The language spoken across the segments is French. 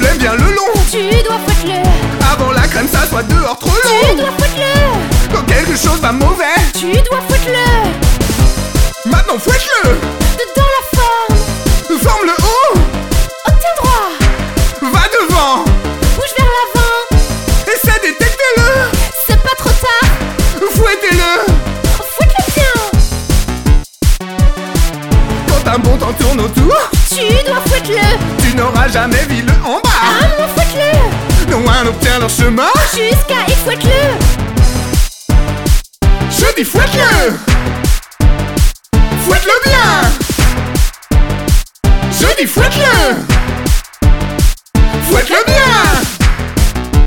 long Tu dois foutre le Avant la crème ça soit dehors trop Tu long dois foutre le Quand quelque chose va mauvais Tu dois foutre le Maintenant fouette-le Dans la forme Forme le haut Obtiens droit Va devant Bouge vers l'avant Essaie détecte-le C'est pas trop tard Fouettez-le Foutre le bien Quand un bon temps tourne autour Tu dois foutre le Tu n'auras jamais vu le en Un bas moment foutre le Loin obtient leur chemin Jusqu'à y foutre le Je dis fouette-le Fouette-le bien Je dis fouette-le Fouette-le bien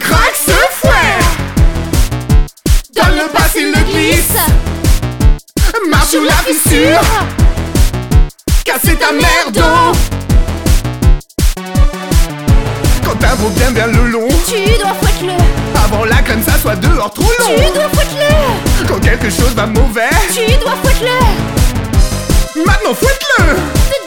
Craque ce fouet Donne le pas s'il le glisse Marche sur la fissure Casser ta merde Quand un beau bien vient le long Tu dois foutre le Avant la crème ça soit dehors trop Tu long dois foutre le Quand quelque chose va mauvais Tu dois foutre le Maintenant fouette-le Dans